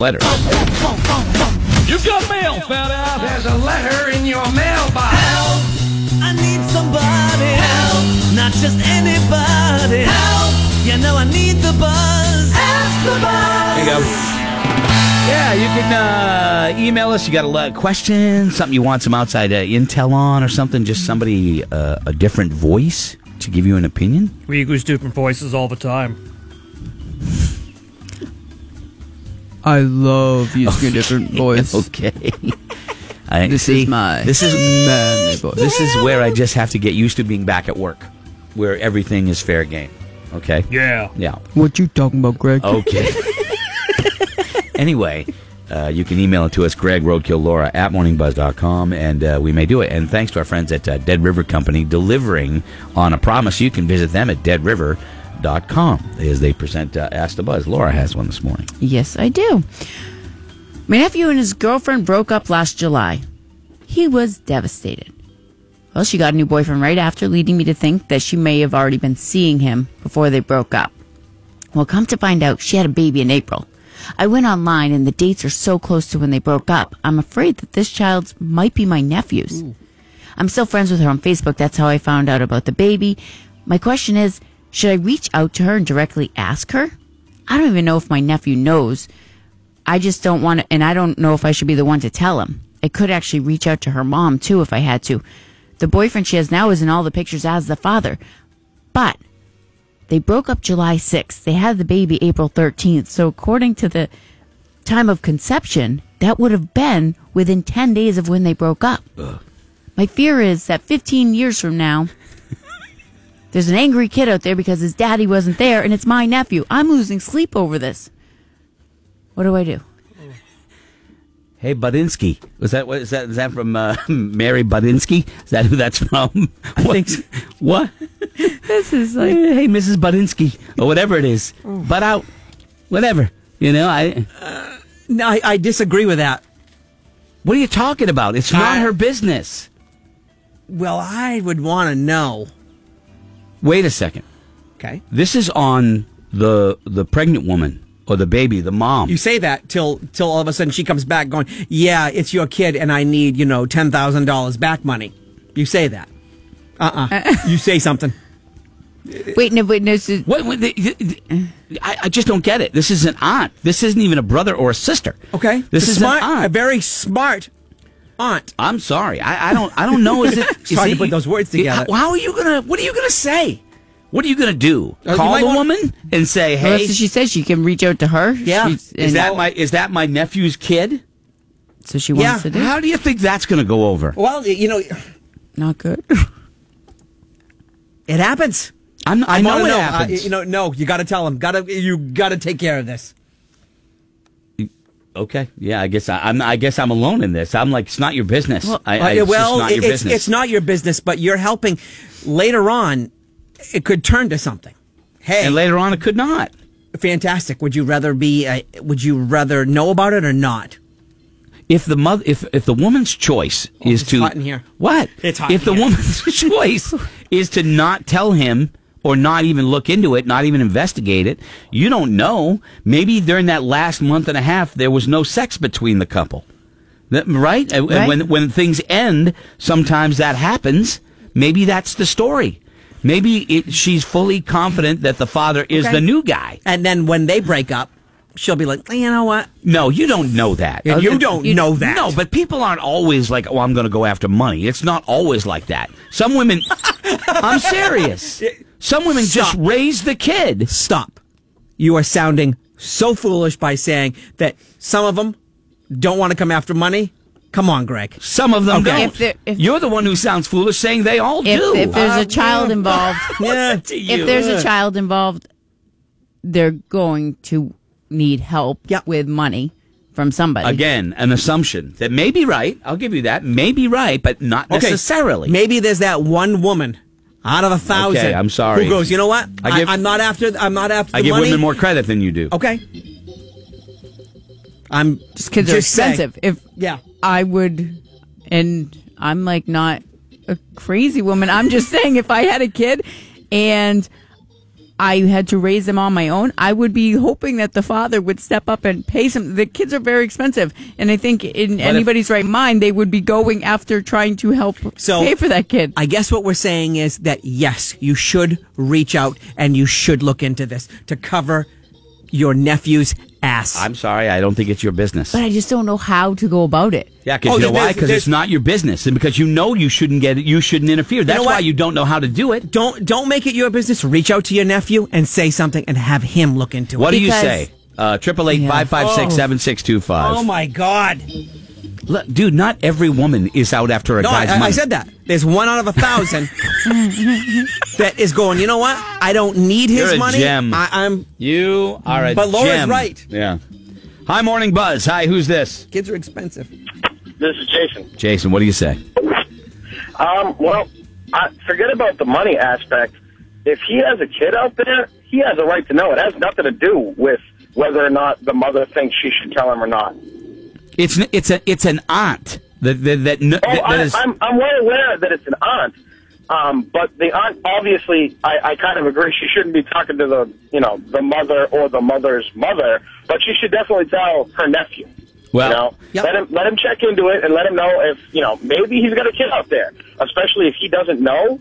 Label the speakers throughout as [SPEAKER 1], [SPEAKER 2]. [SPEAKER 1] letter.
[SPEAKER 2] You got mail, fat ass.
[SPEAKER 3] There's a letter in your mailbox.
[SPEAKER 4] Help! I need somebody. Help! Not just anybody. Help! You know I need the buzz. Ask the buzz.
[SPEAKER 1] There you go. Yeah, you can uh, email us. You got a lot- question, something you want some outside uh, intel on, or something. Just somebody, uh, a different voice to give you an opinion.
[SPEAKER 5] We use different voices all the time.
[SPEAKER 6] I love using a different voice.
[SPEAKER 1] Okay. I,
[SPEAKER 6] This
[SPEAKER 1] see,
[SPEAKER 6] is my
[SPEAKER 1] This is
[SPEAKER 6] manly voice.
[SPEAKER 1] this is where I just have to get used to being back at work, where everything is fair game. Okay.
[SPEAKER 5] Yeah.
[SPEAKER 1] Yeah.
[SPEAKER 6] what you talking about, Greg?
[SPEAKER 1] Okay. anyway, uh, you can email it to us, Greg Roadkill Laura at morningbuzz.com, and uh, we may do it. And thanks to our friends at uh, Dead River Company delivering on a promise. You can visit them at deadriver.com as they present uh, Ask the Buzz. Laura has one this morning.
[SPEAKER 7] Yes, I do. My nephew and his girlfriend broke up last July. He was devastated. Well, she got a new boyfriend right after, leading me to think that she may have already been seeing him before they broke up. Well, come to find out, she had a baby in April. I went online and the dates are so close to when they broke up. I'm afraid that this child might be my nephew's. I'm still friends with her on Facebook. That's how I found out about the baby. My question is should I reach out to her and directly ask her? I don't even know if my nephew knows. I just don't want to, and I don't know if I should be the one to tell him. I could actually reach out to her mom too if I had to. The boyfriend she has now is in all the pictures as the father. But they broke up July 6th. They had the baby April 13th. So, according to the time of conception, that would have been within 10 days of when they broke up. My fear is that 15 years from now, there's an angry kid out there because his daddy wasn't there and it's my nephew. I'm losing sleep over this. What do I do?
[SPEAKER 1] Hey, Budinsky. Was that what is that? Is that from uh, Mary Budinsky? Is that who that's from? I what? think. What?
[SPEAKER 7] This is Oh.
[SPEAKER 1] Like, hey, Mrs. Budinsky, or whatever it is. But out, whatever. You know, I.
[SPEAKER 3] No, I, I disagree with that.
[SPEAKER 1] What are you talking about? It's not
[SPEAKER 3] I-
[SPEAKER 1] her business.
[SPEAKER 3] Well, I would want to know.
[SPEAKER 1] Wait a second.
[SPEAKER 3] Okay.
[SPEAKER 1] This is on the the pregnant woman or the baby, the mom.
[SPEAKER 3] You say that till till all of a sudden she comes back going, "Yeah, it's your kid, and I need you know ten thousand dollars back money." You say that. Uh uh you say something.
[SPEAKER 7] Wait, no, wait, no. So,
[SPEAKER 1] what, what the, the- I, I just don't get it. This is an aunt. This isn't even a brother or a sister.
[SPEAKER 3] Okay.
[SPEAKER 1] This
[SPEAKER 3] It's a
[SPEAKER 1] is
[SPEAKER 3] smart,
[SPEAKER 1] an aunt.
[SPEAKER 3] a very smart aunt.
[SPEAKER 1] I'm sorry. I, I don't. I don't know. Is it?
[SPEAKER 3] It's
[SPEAKER 1] is
[SPEAKER 3] hard to
[SPEAKER 1] it-
[SPEAKER 3] put those words together.
[SPEAKER 1] How, are you gonna? What are you gonna say? What are you gonna do?
[SPEAKER 3] Uh, you
[SPEAKER 1] Call
[SPEAKER 3] might
[SPEAKER 1] the
[SPEAKER 3] wanna-
[SPEAKER 1] woman and say,
[SPEAKER 7] well,
[SPEAKER 1] "Hey,
[SPEAKER 7] that's what she says. She can reach out to her.
[SPEAKER 3] Yeah.
[SPEAKER 7] She's-
[SPEAKER 1] is
[SPEAKER 7] and
[SPEAKER 1] that my is that my nephew's kid?"
[SPEAKER 7] So she
[SPEAKER 3] Yeah,
[SPEAKER 7] wants to do.
[SPEAKER 1] How do you think that's gonna go over?
[SPEAKER 3] Well, you know,
[SPEAKER 7] Not good.
[SPEAKER 3] it happens.
[SPEAKER 1] I'm, I, know
[SPEAKER 3] wanna
[SPEAKER 1] it
[SPEAKER 3] know. Uh,
[SPEAKER 1] happens.
[SPEAKER 3] you know, no, you got to tell him. Got to you got to take care of this.
[SPEAKER 1] Okay. Yeah, I guess I, I'm. I guess I'm alone in this. I'm like, it's not your business. I, I,
[SPEAKER 3] Uh,
[SPEAKER 1] it's
[SPEAKER 3] well,
[SPEAKER 1] just not your
[SPEAKER 3] it's,
[SPEAKER 1] business.
[SPEAKER 3] it's not your business, but you're helping. Later on, it could turn to something. Hey,
[SPEAKER 1] And later on, it could not.
[SPEAKER 3] fantastic. Would you rather be? Uh, would you rather know about it or not?
[SPEAKER 1] If the mother, if if the woman's choice is
[SPEAKER 3] Oh, it's
[SPEAKER 1] to
[SPEAKER 3] hot in here.
[SPEAKER 1] what?
[SPEAKER 3] It's hot
[SPEAKER 1] If
[SPEAKER 3] in
[SPEAKER 1] the
[SPEAKER 3] here.
[SPEAKER 1] woman's choice is to not tell him or not even look into it, not even investigate it, you don't know. Maybe during that last month and a half, there was no sex between the couple, That- right? And- And
[SPEAKER 7] Right.
[SPEAKER 1] when when things end, sometimes that happens. Maybe that's the story. Maybe it, she's fully confident that the father is
[SPEAKER 3] Okay.
[SPEAKER 1] the new guy.
[SPEAKER 3] And then when they break up, she'll be like, you know what?
[SPEAKER 1] No, you don't know that.
[SPEAKER 3] And you don't know that.
[SPEAKER 1] No, but people aren't always like, "Oh, I'm going to go after money." It's not always like that. Some women, I'm serious. Some women just
[SPEAKER 3] Stop.
[SPEAKER 1] raise the kid.
[SPEAKER 3] Stop. You are sounding so foolish by saying that some of them don't want to come after money. Come on, Greg.
[SPEAKER 1] Some of them
[SPEAKER 3] Okay.
[SPEAKER 1] don't.
[SPEAKER 7] If they're- if-
[SPEAKER 1] You're the one who sounds foolish saying they all
[SPEAKER 7] If,
[SPEAKER 1] do.
[SPEAKER 7] if there's
[SPEAKER 3] Uh,
[SPEAKER 7] a child involved,
[SPEAKER 3] Yeah.
[SPEAKER 1] to you.
[SPEAKER 7] if there's a child involved, they're going to need help
[SPEAKER 3] Yeah.
[SPEAKER 7] with money from somebody.
[SPEAKER 1] Again, an assumption that may be right. I'll give you that. May be right, but not necessarily.
[SPEAKER 3] Maybe there's that one woman out of a thousand.
[SPEAKER 1] Okay, I'm sorry.
[SPEAKER 3] Who goes? You know what?
[SPEAKER 1] I
[SPEAKER 3] I
[SPEAKER 1] give-
[SPEAKER 3] am not after. I'm not after.
[SPEAKER 1] I
[SPEAKER 3] the
[SPEAKER 1] give
[SPEAKER 3] money.
[SPEAKER 1] women more credit than you do.
[SPEAKER 3] Okay. I'm
[SPEAKER 7] Just kids are
[SPEAKER 3] saying.
[SPEAKER 7] expensive. If
[SPEAKER 3] Yeah.
[SPEAKER 7] I would, and I'm like not a crazy woman. I'm just saying if I had a kid and I had to raise them on my own, I would be hoping that the father would step up and pay some. The kids are very expensive, and I think in anybody's right mind, they would be going after trying to help
[SPEAKER 3] So
[SPEAKER 7] pay for that kid.
[SPEAKER 3] I guess what we're saying is that yes, you should reach out and you should look into this to cover your nephew's ass.
[SPEAKER 1] I'm sorry, I don't think it's your business.
[SPEAKER 7] but I just don't know how to go about it.
[SPEAKER 1] Yeah, because
[SPEAKER 3] Oh,
[SPEAKER 1] you know
[SPEAKER 3] there-
[SPEAKER 1] why?
[SPEAKER 3] there's-
[SPEAKER 1] Because it's
[SPEAKER 3] there's-
[SPEAKER 1] not your business, and because you know you shouldn't get it, you shouldn't interfere. That's
[SPEAKER 3] know
[SPEAKER 1] why
[SPEAKER 3] what?
[SPEAKER 1] you don't know how to do it.
[SPEAKER 3] don't don't make it your business. Reach out to your nephew and say something and have him look into
[SPEAKER 1] What
[SPEAKER 3] it.
[SPEAKER 1] do you
[SPEAKER 7] Because-
[SPEAKER 1] say? Uh, Triple eight five five six seven six two
[SPEAKER 3] Oh
[SPEAKER 1] five.
[SPEAKER 3] my god.
[SPEAKER 1] Dude, not every woman is out after a
[SPEAKER 3] No, I,
[SPEAKER 1] guy's money.
[SPEAKER 3] I said that. There's one out of a thousand that is going, you know what? I don't need his
[SPEAKER 1] You're a
[SPEAKER 3] money.
[SPEAKER 1] gem.
[SPEAKER 3] I, I'm
[SPEAKER 1] You are a
[SPEAKER 3] But Laura's
[SPEAKER 1] gem.
[SPEAKER 3] right.
[SPEAKER 1] Yeah. Hi, morning buzz. Hi, who's this?
[SPEAKER 3] kids are expensive.
[SPEAKER 8] This is Jason.
[SPEAKER 1] Jason, what do you say?
[SPEAKER 8] Um, well, I, forget about the money aspect. If he has a kid out there, he has a right to know. It has nothing to do with whether or not the mother thinks she should tell him or not.
[SPEAKER 1] It's n- it's a it's an aunt that that that, kn-
[SPEAKER 8] Oh,
[SPEAKER 1] that- that is-
[SPEAKER 8] I, I'm, I'm well aware that it's an aunt, um, but the aunt obviously, I, I kind of agree. She shouldn't be talking to the, you know, the mother or the mother's mother, but she should definitely tell her nephew.
[SPEAKER 1] Well-
[SPEAKER 8] you know,
[SPEAKER 3] Yep.
[SPEAKER 8] let him let him check into it and let him know if you know maybe he's got a kid out there, especially if he doesn't know.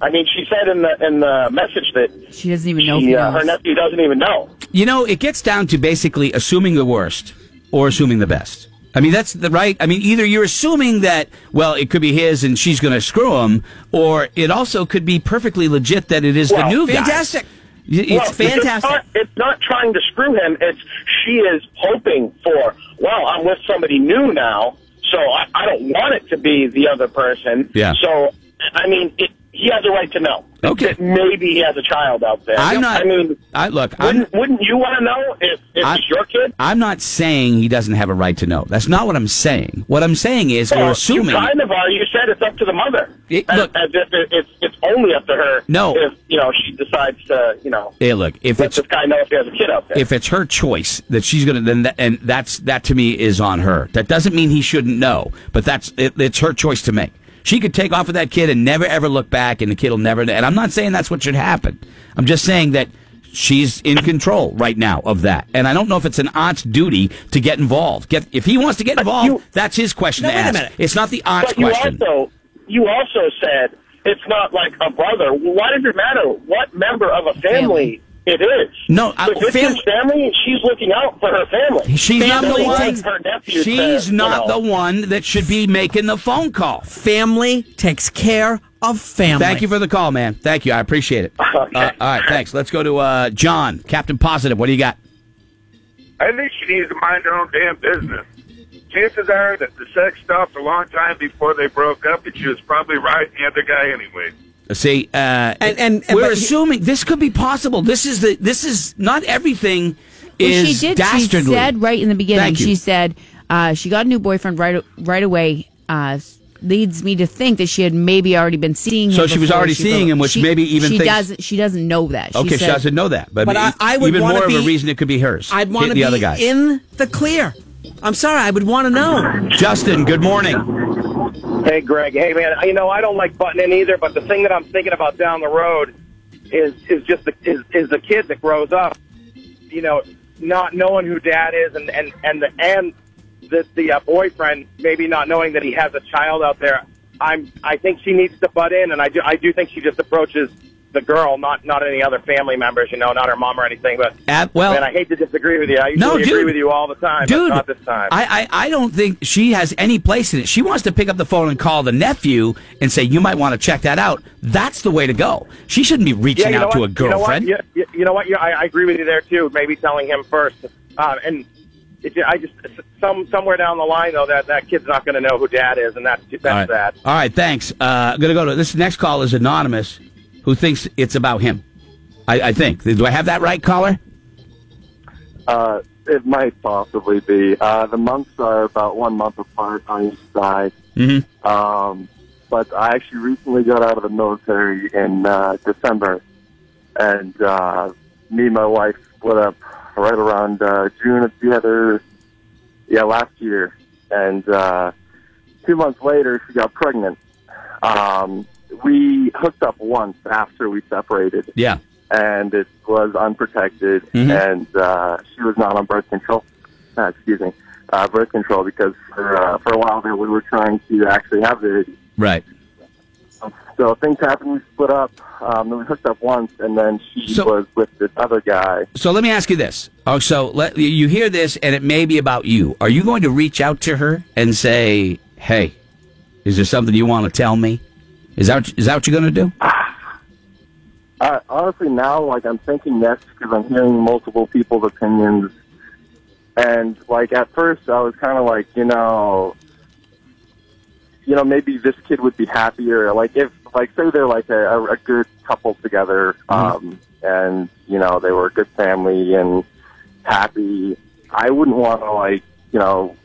[SPEAKER 8] I mean, she said in the in the message that
[SPEAKER 7] She doesn't even know.
[SPEAKER 8] she,
[SPEAKER 7] if he
[SPEAKER 8] uh,
[SPEAKER 7] knows.
[SPEAKER 8] her nephew doesn't even know.
[SPEAKER 1] you know it gets down to basically assuming the worst or assuming the best. I mean that's the right. I mean either you're assuming that well it could be his and she's going to screw him, or it also could be perfectly legit that it is the
[SPEAKER 8] Well,
[SPEAKER 1] new guy.
[SPEAKER 3] Fantastic.
[SPEAKER 1] It's
[SPEAKER 8] Well,
[SPEAKER 1] fantastic.
[SPEAKER 8] It's not, it's not trying to screw him. It's she is hoping for. Well, I'm with somebody new now, so I, I don't want it to be the other person.
[SPEAKER 1] Yeah.
[SPEAKER 8] So I mean, it, he has a right to know.
[SPEAKER 1] Okay.
[SPEAKER 8] That maybe he has a child out there.
[SPEAKER 1] I'm not.
[SPEAKER 8] I mean,
[SPEAKER 1] I look. I'm,
[SPEAKER 8] wouldn't wouldn't you want to know if, if
[SPEAKER 1] I'm-
[SPEAKER 8] it's your kid?
[SPEAKER 1] I'm not saying he doesn't have a right to know. That's not what I'm saying. What I'm saying is
[SPEAKER 8] Well,
[SPEAKER 1] we're assuming.
[SPEAKER 8] You kind of are. You said it's up to the mother.
[SPEAKER 1] It-
[SPEAKER 8] as,
[SPEAKER 1] look-
[SPEAKER 8] as if it, it's it's only up to her.
[SPEAKER 1] No.
[SPEAKER 8] If you know she decides to, you know,
[SPEAKER 1] Hey, look, if
[SPEAKER 8] let
[SPEAKER 1] it's
[SPEAKER 8] this guy know if he has a kid out there.
[SPEAKER 1] if it's her choice that she's gonna then that, and that's that to me is on her. That doesn't mean he shouldn't know, but that's it, it's her choice to make. She could take off with that kid and never ever look back, and the kid will never. And I'm not saying that's what should happen. I'm just saying that she's in control right now of that. And I don't know if it's an aunt's duty to get involved. Get if he wants to get involved,
[SPEAKER 8] you-
[SPEAKER 1] that's his question
[SPEAKER 3] No,
[SPEAKER 1] to
[SPEAKER 3] wait a
[SPEAKER 1] ask.
[SPEAKER 3] minute.
[SPEAKER 1] It's not the aunt's
[SPEAKER 8] but you
[SPEAKER 1] question.
[SPEAKER 8] also you also said it's not like a brother. Well, Why does it matter what member of a family,
[SPEAKER 7] Family.
[SPEAKER 8] it is?
[SPEAKER 1] No, I-
[SPEAKER 8] if it's
[SPEAKER 1] fam-
[SPEAKER 8] his family, she's looking out for her family.
[SPEAKER 1] She's not the
[SPEAKER 8] Family
[SPEAKER 1] one.
[SPEAKER 8] takes her nephew
[SPEAKER 1] She's
[SPEAKER 8] to,
[SPEAKER 1] not
[SPEAKER 8] you know.
[SPEAKER 1] the one that should be making the phone call.
[SPEAKER 3] Family takes care of family.
[SPEAKER 1] Thank you for the call, man. Thank you. I appreciate it.
[SPEAKER 8] Okay.
[SPEAKER 1] Uh, all right, thanks. Let's go to uh, John, Captain Positive. What do you got?
[SPEAKER 9] I think she needs to mind her own damn business. Chances are that the sex stopped a long time before they broke up, and she was probably riding the other guy anyway.
[SPEAKER 1] See, uh,
[SPEAKER 3] and- and
[SPEAKER 1] we're
[SPEAKER 3] but-
[SPEAKER 1] assuming this could be possible. This is the this is not everything
[SPEAKER 7] Well,
[SPEAKER 1] is
[SPEAKER 7] she did.
[SPEAKER 1] dastardly.
[SPEAKER 7] She said right in the beginning.
[SPEAKER 1] Thank you.
[SPEAKER 7] She said uh, she got a new boyfriend right right away. Uh, leads me to think that she had maybe already been seeing him.
[SPEAKER 1] So she was
[SPEAKER 7] before
[SPEAKER 1] already seeing
[SPEAKER 7] broke-
[SPEAKER 1] him, which
[SPEAKER 7] she,
[SPEAKER 1] maybe even
[SPEAKER 7] she
[SPEAKER 1] thinks-
[SPEAKER 7] doesn't. She doesn't know that. She
[SPEAKER 1] okay, she
[SPEAKER 7] said-
[SPEAKER 1] doesn't know that, but,
[SPEAKER 3] But I- I would
[SPEAKER 1] even
[SPEAKER 3] wanna
[SPEAKER 1] more of a
[SPEAKER 3] be-
[SPEAKER 1] reason it could be hers.
[SPEAKER 3] I'd want
[SPEAKER 1] the,
[SPEAKER 3] to
[SPEAKER 1] the
[SPEAKER 3] be
[SPEAKER 1] other guy,
[SPEAKER 3] in the clear. I'm sorry, I would want to know.
[SPEAKER 1] Justin. Good morning.
[SPEAKER 8] Hey, Greg. Hey, man. You know, I don't like butting in either, but the thing that I'm thinking about down the road is is just the, is is the kid that grows up, you know, not knowing who dad is, and and and the and the the uh, boyfriend maybe not knowing that he has a child out there. I'm. I think she needs to butt in, and I do. I do think she just approaches the girl, not not any other family members, you know, not her mom or anything. But
[SPEAKER 1] Ab- well-
[SPEAKER 8] man, I hate to disagree with you. I usually
[SPEAKER 1] No,
[SPEAKER 8] agree
[SPEAKER 1] dude.
[SPEAKER 8] with you all the time,
[SPEAKER 1] Dude,
[SPEAKER 8] but not this time.
[SPEAKER 1] I, I, I don't think she has any place in it. She wants to pick up the phone and call the nephew and say, you might want to check that out. That's the way to go. She shouldn't be reaching out to a girlfriend.
[SPEAKER 8] You know what? You, you, you know what? You, I, I agree with you there too. Maybe telling him first, um, and it, I just some somewhere down the line though that that kid's not going to know who dad is, and that's that's
[SPEAKER 1] All right.
[SPEAKER 8] that.
[SPEAKER 1] All right, thanks. Uh, I'm going to go to this next call is anonymous who thinks it's about him. I, I think. Do I have that right, caller?
[SPEAKER 9] Uh, it might possibly be. Uh, the months are about one month apart on each side. Mm-hmm. Um, but I actually recently got out of the military in uh, December, and uh, me and my wife split up right around uh, June of the other, yeah, last year. And uh, two months later, she got pregnant. Um, we hooked up once after we separated
[SPEAKER 1] Yeah.
[SPEAKER 9] and it was unprotected,
[SPEAKER 1] Mm-hmm.
[SPEAKER 9] and uh, she was not on birth control. Uh, excuse me, uh, birth control because for uh, for a while there we were trying to actually have the baby.
[SPEAKER 1] Right.
[SPEAKER 9] So things happened. We split up. Um, then we hooked up once, and then she
[SPEAKER 1] So-
[SPEAKER 9] was with this other guy.
[SPEAKER 1] So let me ask you this. Oh, so let, you hear this, and it may be about you. Are you going to reach out to her and say, "Hey, is there something you want to tell me?" Is that is that what you're going to do?
[SPEAKER 9] Uh, honestly, now like I'm thinking yes because I'm hearing multiple people's opinions, and like at first I was kind of like you know, you know maybe this kid would be happier. Like if like say they're like a, a good couple together, um, and you know they were a good family and happy. I wouldn't want to like you know,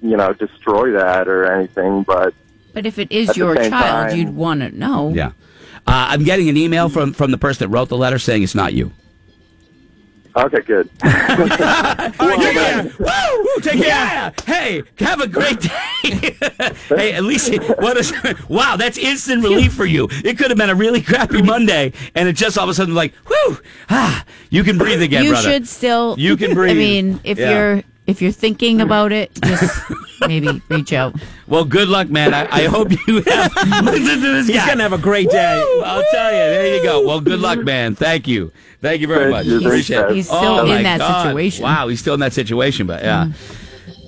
[SPEAKER 9] you know destroy that or anything, but
[SPEAKER 7] But if it is
[SPEAKER 9] At the
[SPEAKER 7] your
[SPEAKER 9] same
[SPEAKER 7] child,
[SPEAKER 9] time-
[SPEAKER 7] you'd want to know.
[SPEAKER 1] Yeah. Uh, I'm getting an email from from the person that wrote the letter saying it's not you.
[SPEAKER 9] okay, good.
[SPEAKER 1] All right, take care. Woo! Woo, Take care. Yeah. Hey, have a great day. hey, at least what is? Wow, that's instant relief for you. It could have been a really crappy Monday, and it just all of a sudden like, whew, ah, you can breathe again,
[SPEAKER 7] you
[SPEAKER 1] brother.
[SPEAKER 7] should still.
[SPEAKER 1] You can breathe.
[SPEAKER 7] I mean, if
[SPEAKER 1] Yeah.
[SPEAKER 7] you're if you're thinking about it, just maybe reach out.
[SPEAKER 1] Well, good luck, man. I, I hope you have. Listen to this
[SPEAKER 3] He's
[SPEAKER 1] guy.
[SPEAKER 3] going to have a great day.
[SPEAKER 1] I'll tell you. There you go. Well, good luck, man. Thank you. Thank you very
[SPEAKER 9] Thank
[SPEAKER 1] much.
[SPEAKER 9] you.
[SPEAKER 1] Appreciate it.
[SPEAKER 9] Thanks, guys. He's
[SPEAKER 7] still
[SPEAKER 1] Oh,
[SPEAKER 7] in
[SPEAKER 1] my
[SPEAKER 7] that
[SPEAKER 1] God.
[SPEAKER 7] situation.
[SPEAKER 1] Wow, he's still in that situation, but yeah.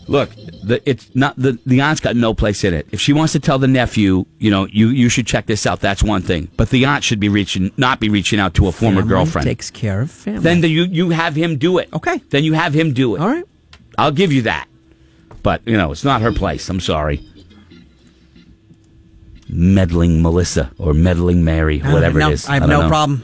[SPEAKER 1] Look, the, it's not the the aunt's got no place in it. If she wants to tell the nephew, you know, you you should check this out. That's one thing. But the aunt should be reaching, not be reaching out to a former
[SPEAKER 3] Family
[SPEAKER 1] girlfriend.
[SPEAKER 3] Takes care of family.
[SPEAKER 1] then the, you you have him do it.
[SPEAKER 3] Okay.
[SPEAKER 1] Then you have him do it.
[SPEAKER 3] All right.
[SPEAKER 1] I'll give you that. But, you know, it's not her place. I'm sorry. Meddling Melissa or meddling Mary,
[SPEAKER 3] I
[SPEAKER 1] whatever
[SPEAKER 3] don't
[SPEAKER 1] it
[SPEAKER 3] know.
[SPEAKER 1] is.
[SPEAKER 3] I have
[SPEAKER 1] don't
[SPEAKER 3] no
[SPEAKER 1] know.
[SPEAKER 3] problem.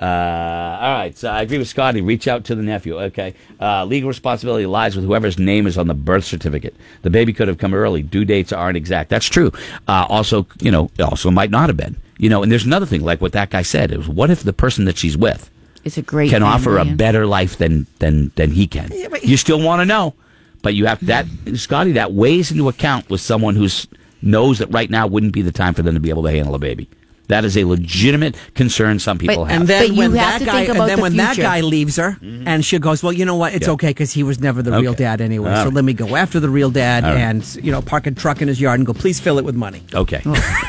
[SPEAKER 1] Uh, all right. So I agree with Scotty. Reach out to the nephew. Okay. Uh, legal responsibility lies with whoever's name is on the birth certificate. The baby could have come early. Due dates aren't exact. That's true. Uh, also, you know, it also might not have been. You know, and there's another thing, like what that guy said. It was, what if the person that she's with
[SPEAKER 7] It's a great
[SPEAKER 1] can
[SPEAKER 7] thing,
[SPEAKER 1] offer a
[SPEAKER 7] man.
[SPEAKER 1] better life than than than he can.
[SPEAKER 3] but-
[SPEAKER 1] you still want to know, but you have that Scotty that weighs into account with someone who's knows that right now wouldn't be the time for them to be able to handle a baby. That is a legitimate concern some people
[SPEAKER 7] But-
[SPEAKER 1] have.
[SPEAKER 3] And then
[SPEAKER 7] But you
[SPEAKER 3] when
[SPEAKER 7] have
[SPEAKER 3] that
[SPEAKER 7] to
[SPEAKER 3] guy,
[SPEAKER 7] think
[SPEAKER 3] and
[SPEAKER 7] about
[SPEAKER 3] then
[SPEAKER 7] the
[SPEAKER 3] when that
[SPEAKER 7] future.
[SPEAKER 3] guy leaves her, and she goes, "Well, you know what? It's
[SPEAKER 1] Yeah.
[SPEAKER 3] okay because he was never the real
[SPEAKER 1] Okay.
[SPEAKER 3] dad anyway.
[SPEAKER 1] All
[SPEAKER 3] so
[SPEAKER 1] right.
[SPEAKER 3] let me go after the real dad
[SPEAKER 1] All right.
[SPEAKER 3] and you know park a truck in his yard and go, please fill it with money."
[SPEAKER 1] okay.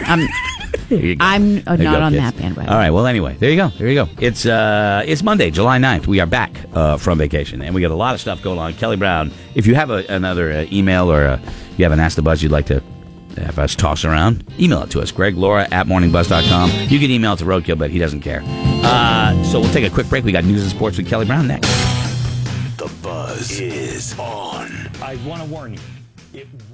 [SPEAKER 7] I'm
[SPEAKER 1] There you go.
[SPEAKER 7] I'm uh,
[SPEAKER 1] There you
[SPEAKER 7] not
[SPEAKER 1] go,
[SPEAKER 7] on
[SPEAKER 1] kids.
[SPEAKER 7] that bandwagon.
[SPEAKER 1] All right. Well, anyway, there you go. There you go. It's uh, it's Monday, July 9th. We are back uh, from vacation, and we got a lot of stuff going on. Kelly Brown. If you have a, another uh, email or uh you have an Ask the Buzz you'd like to have us toss around, email it to us. Greg Laura at morningbuzz.com. You can email it to Roadkill, but he doesn't care. Uh, so we'll take a quick break. We got news and sports with Kelly Brown next.
[SPEAKER 10] The buzz is on.
[SPEAKER 2] I want to warn you. It won't.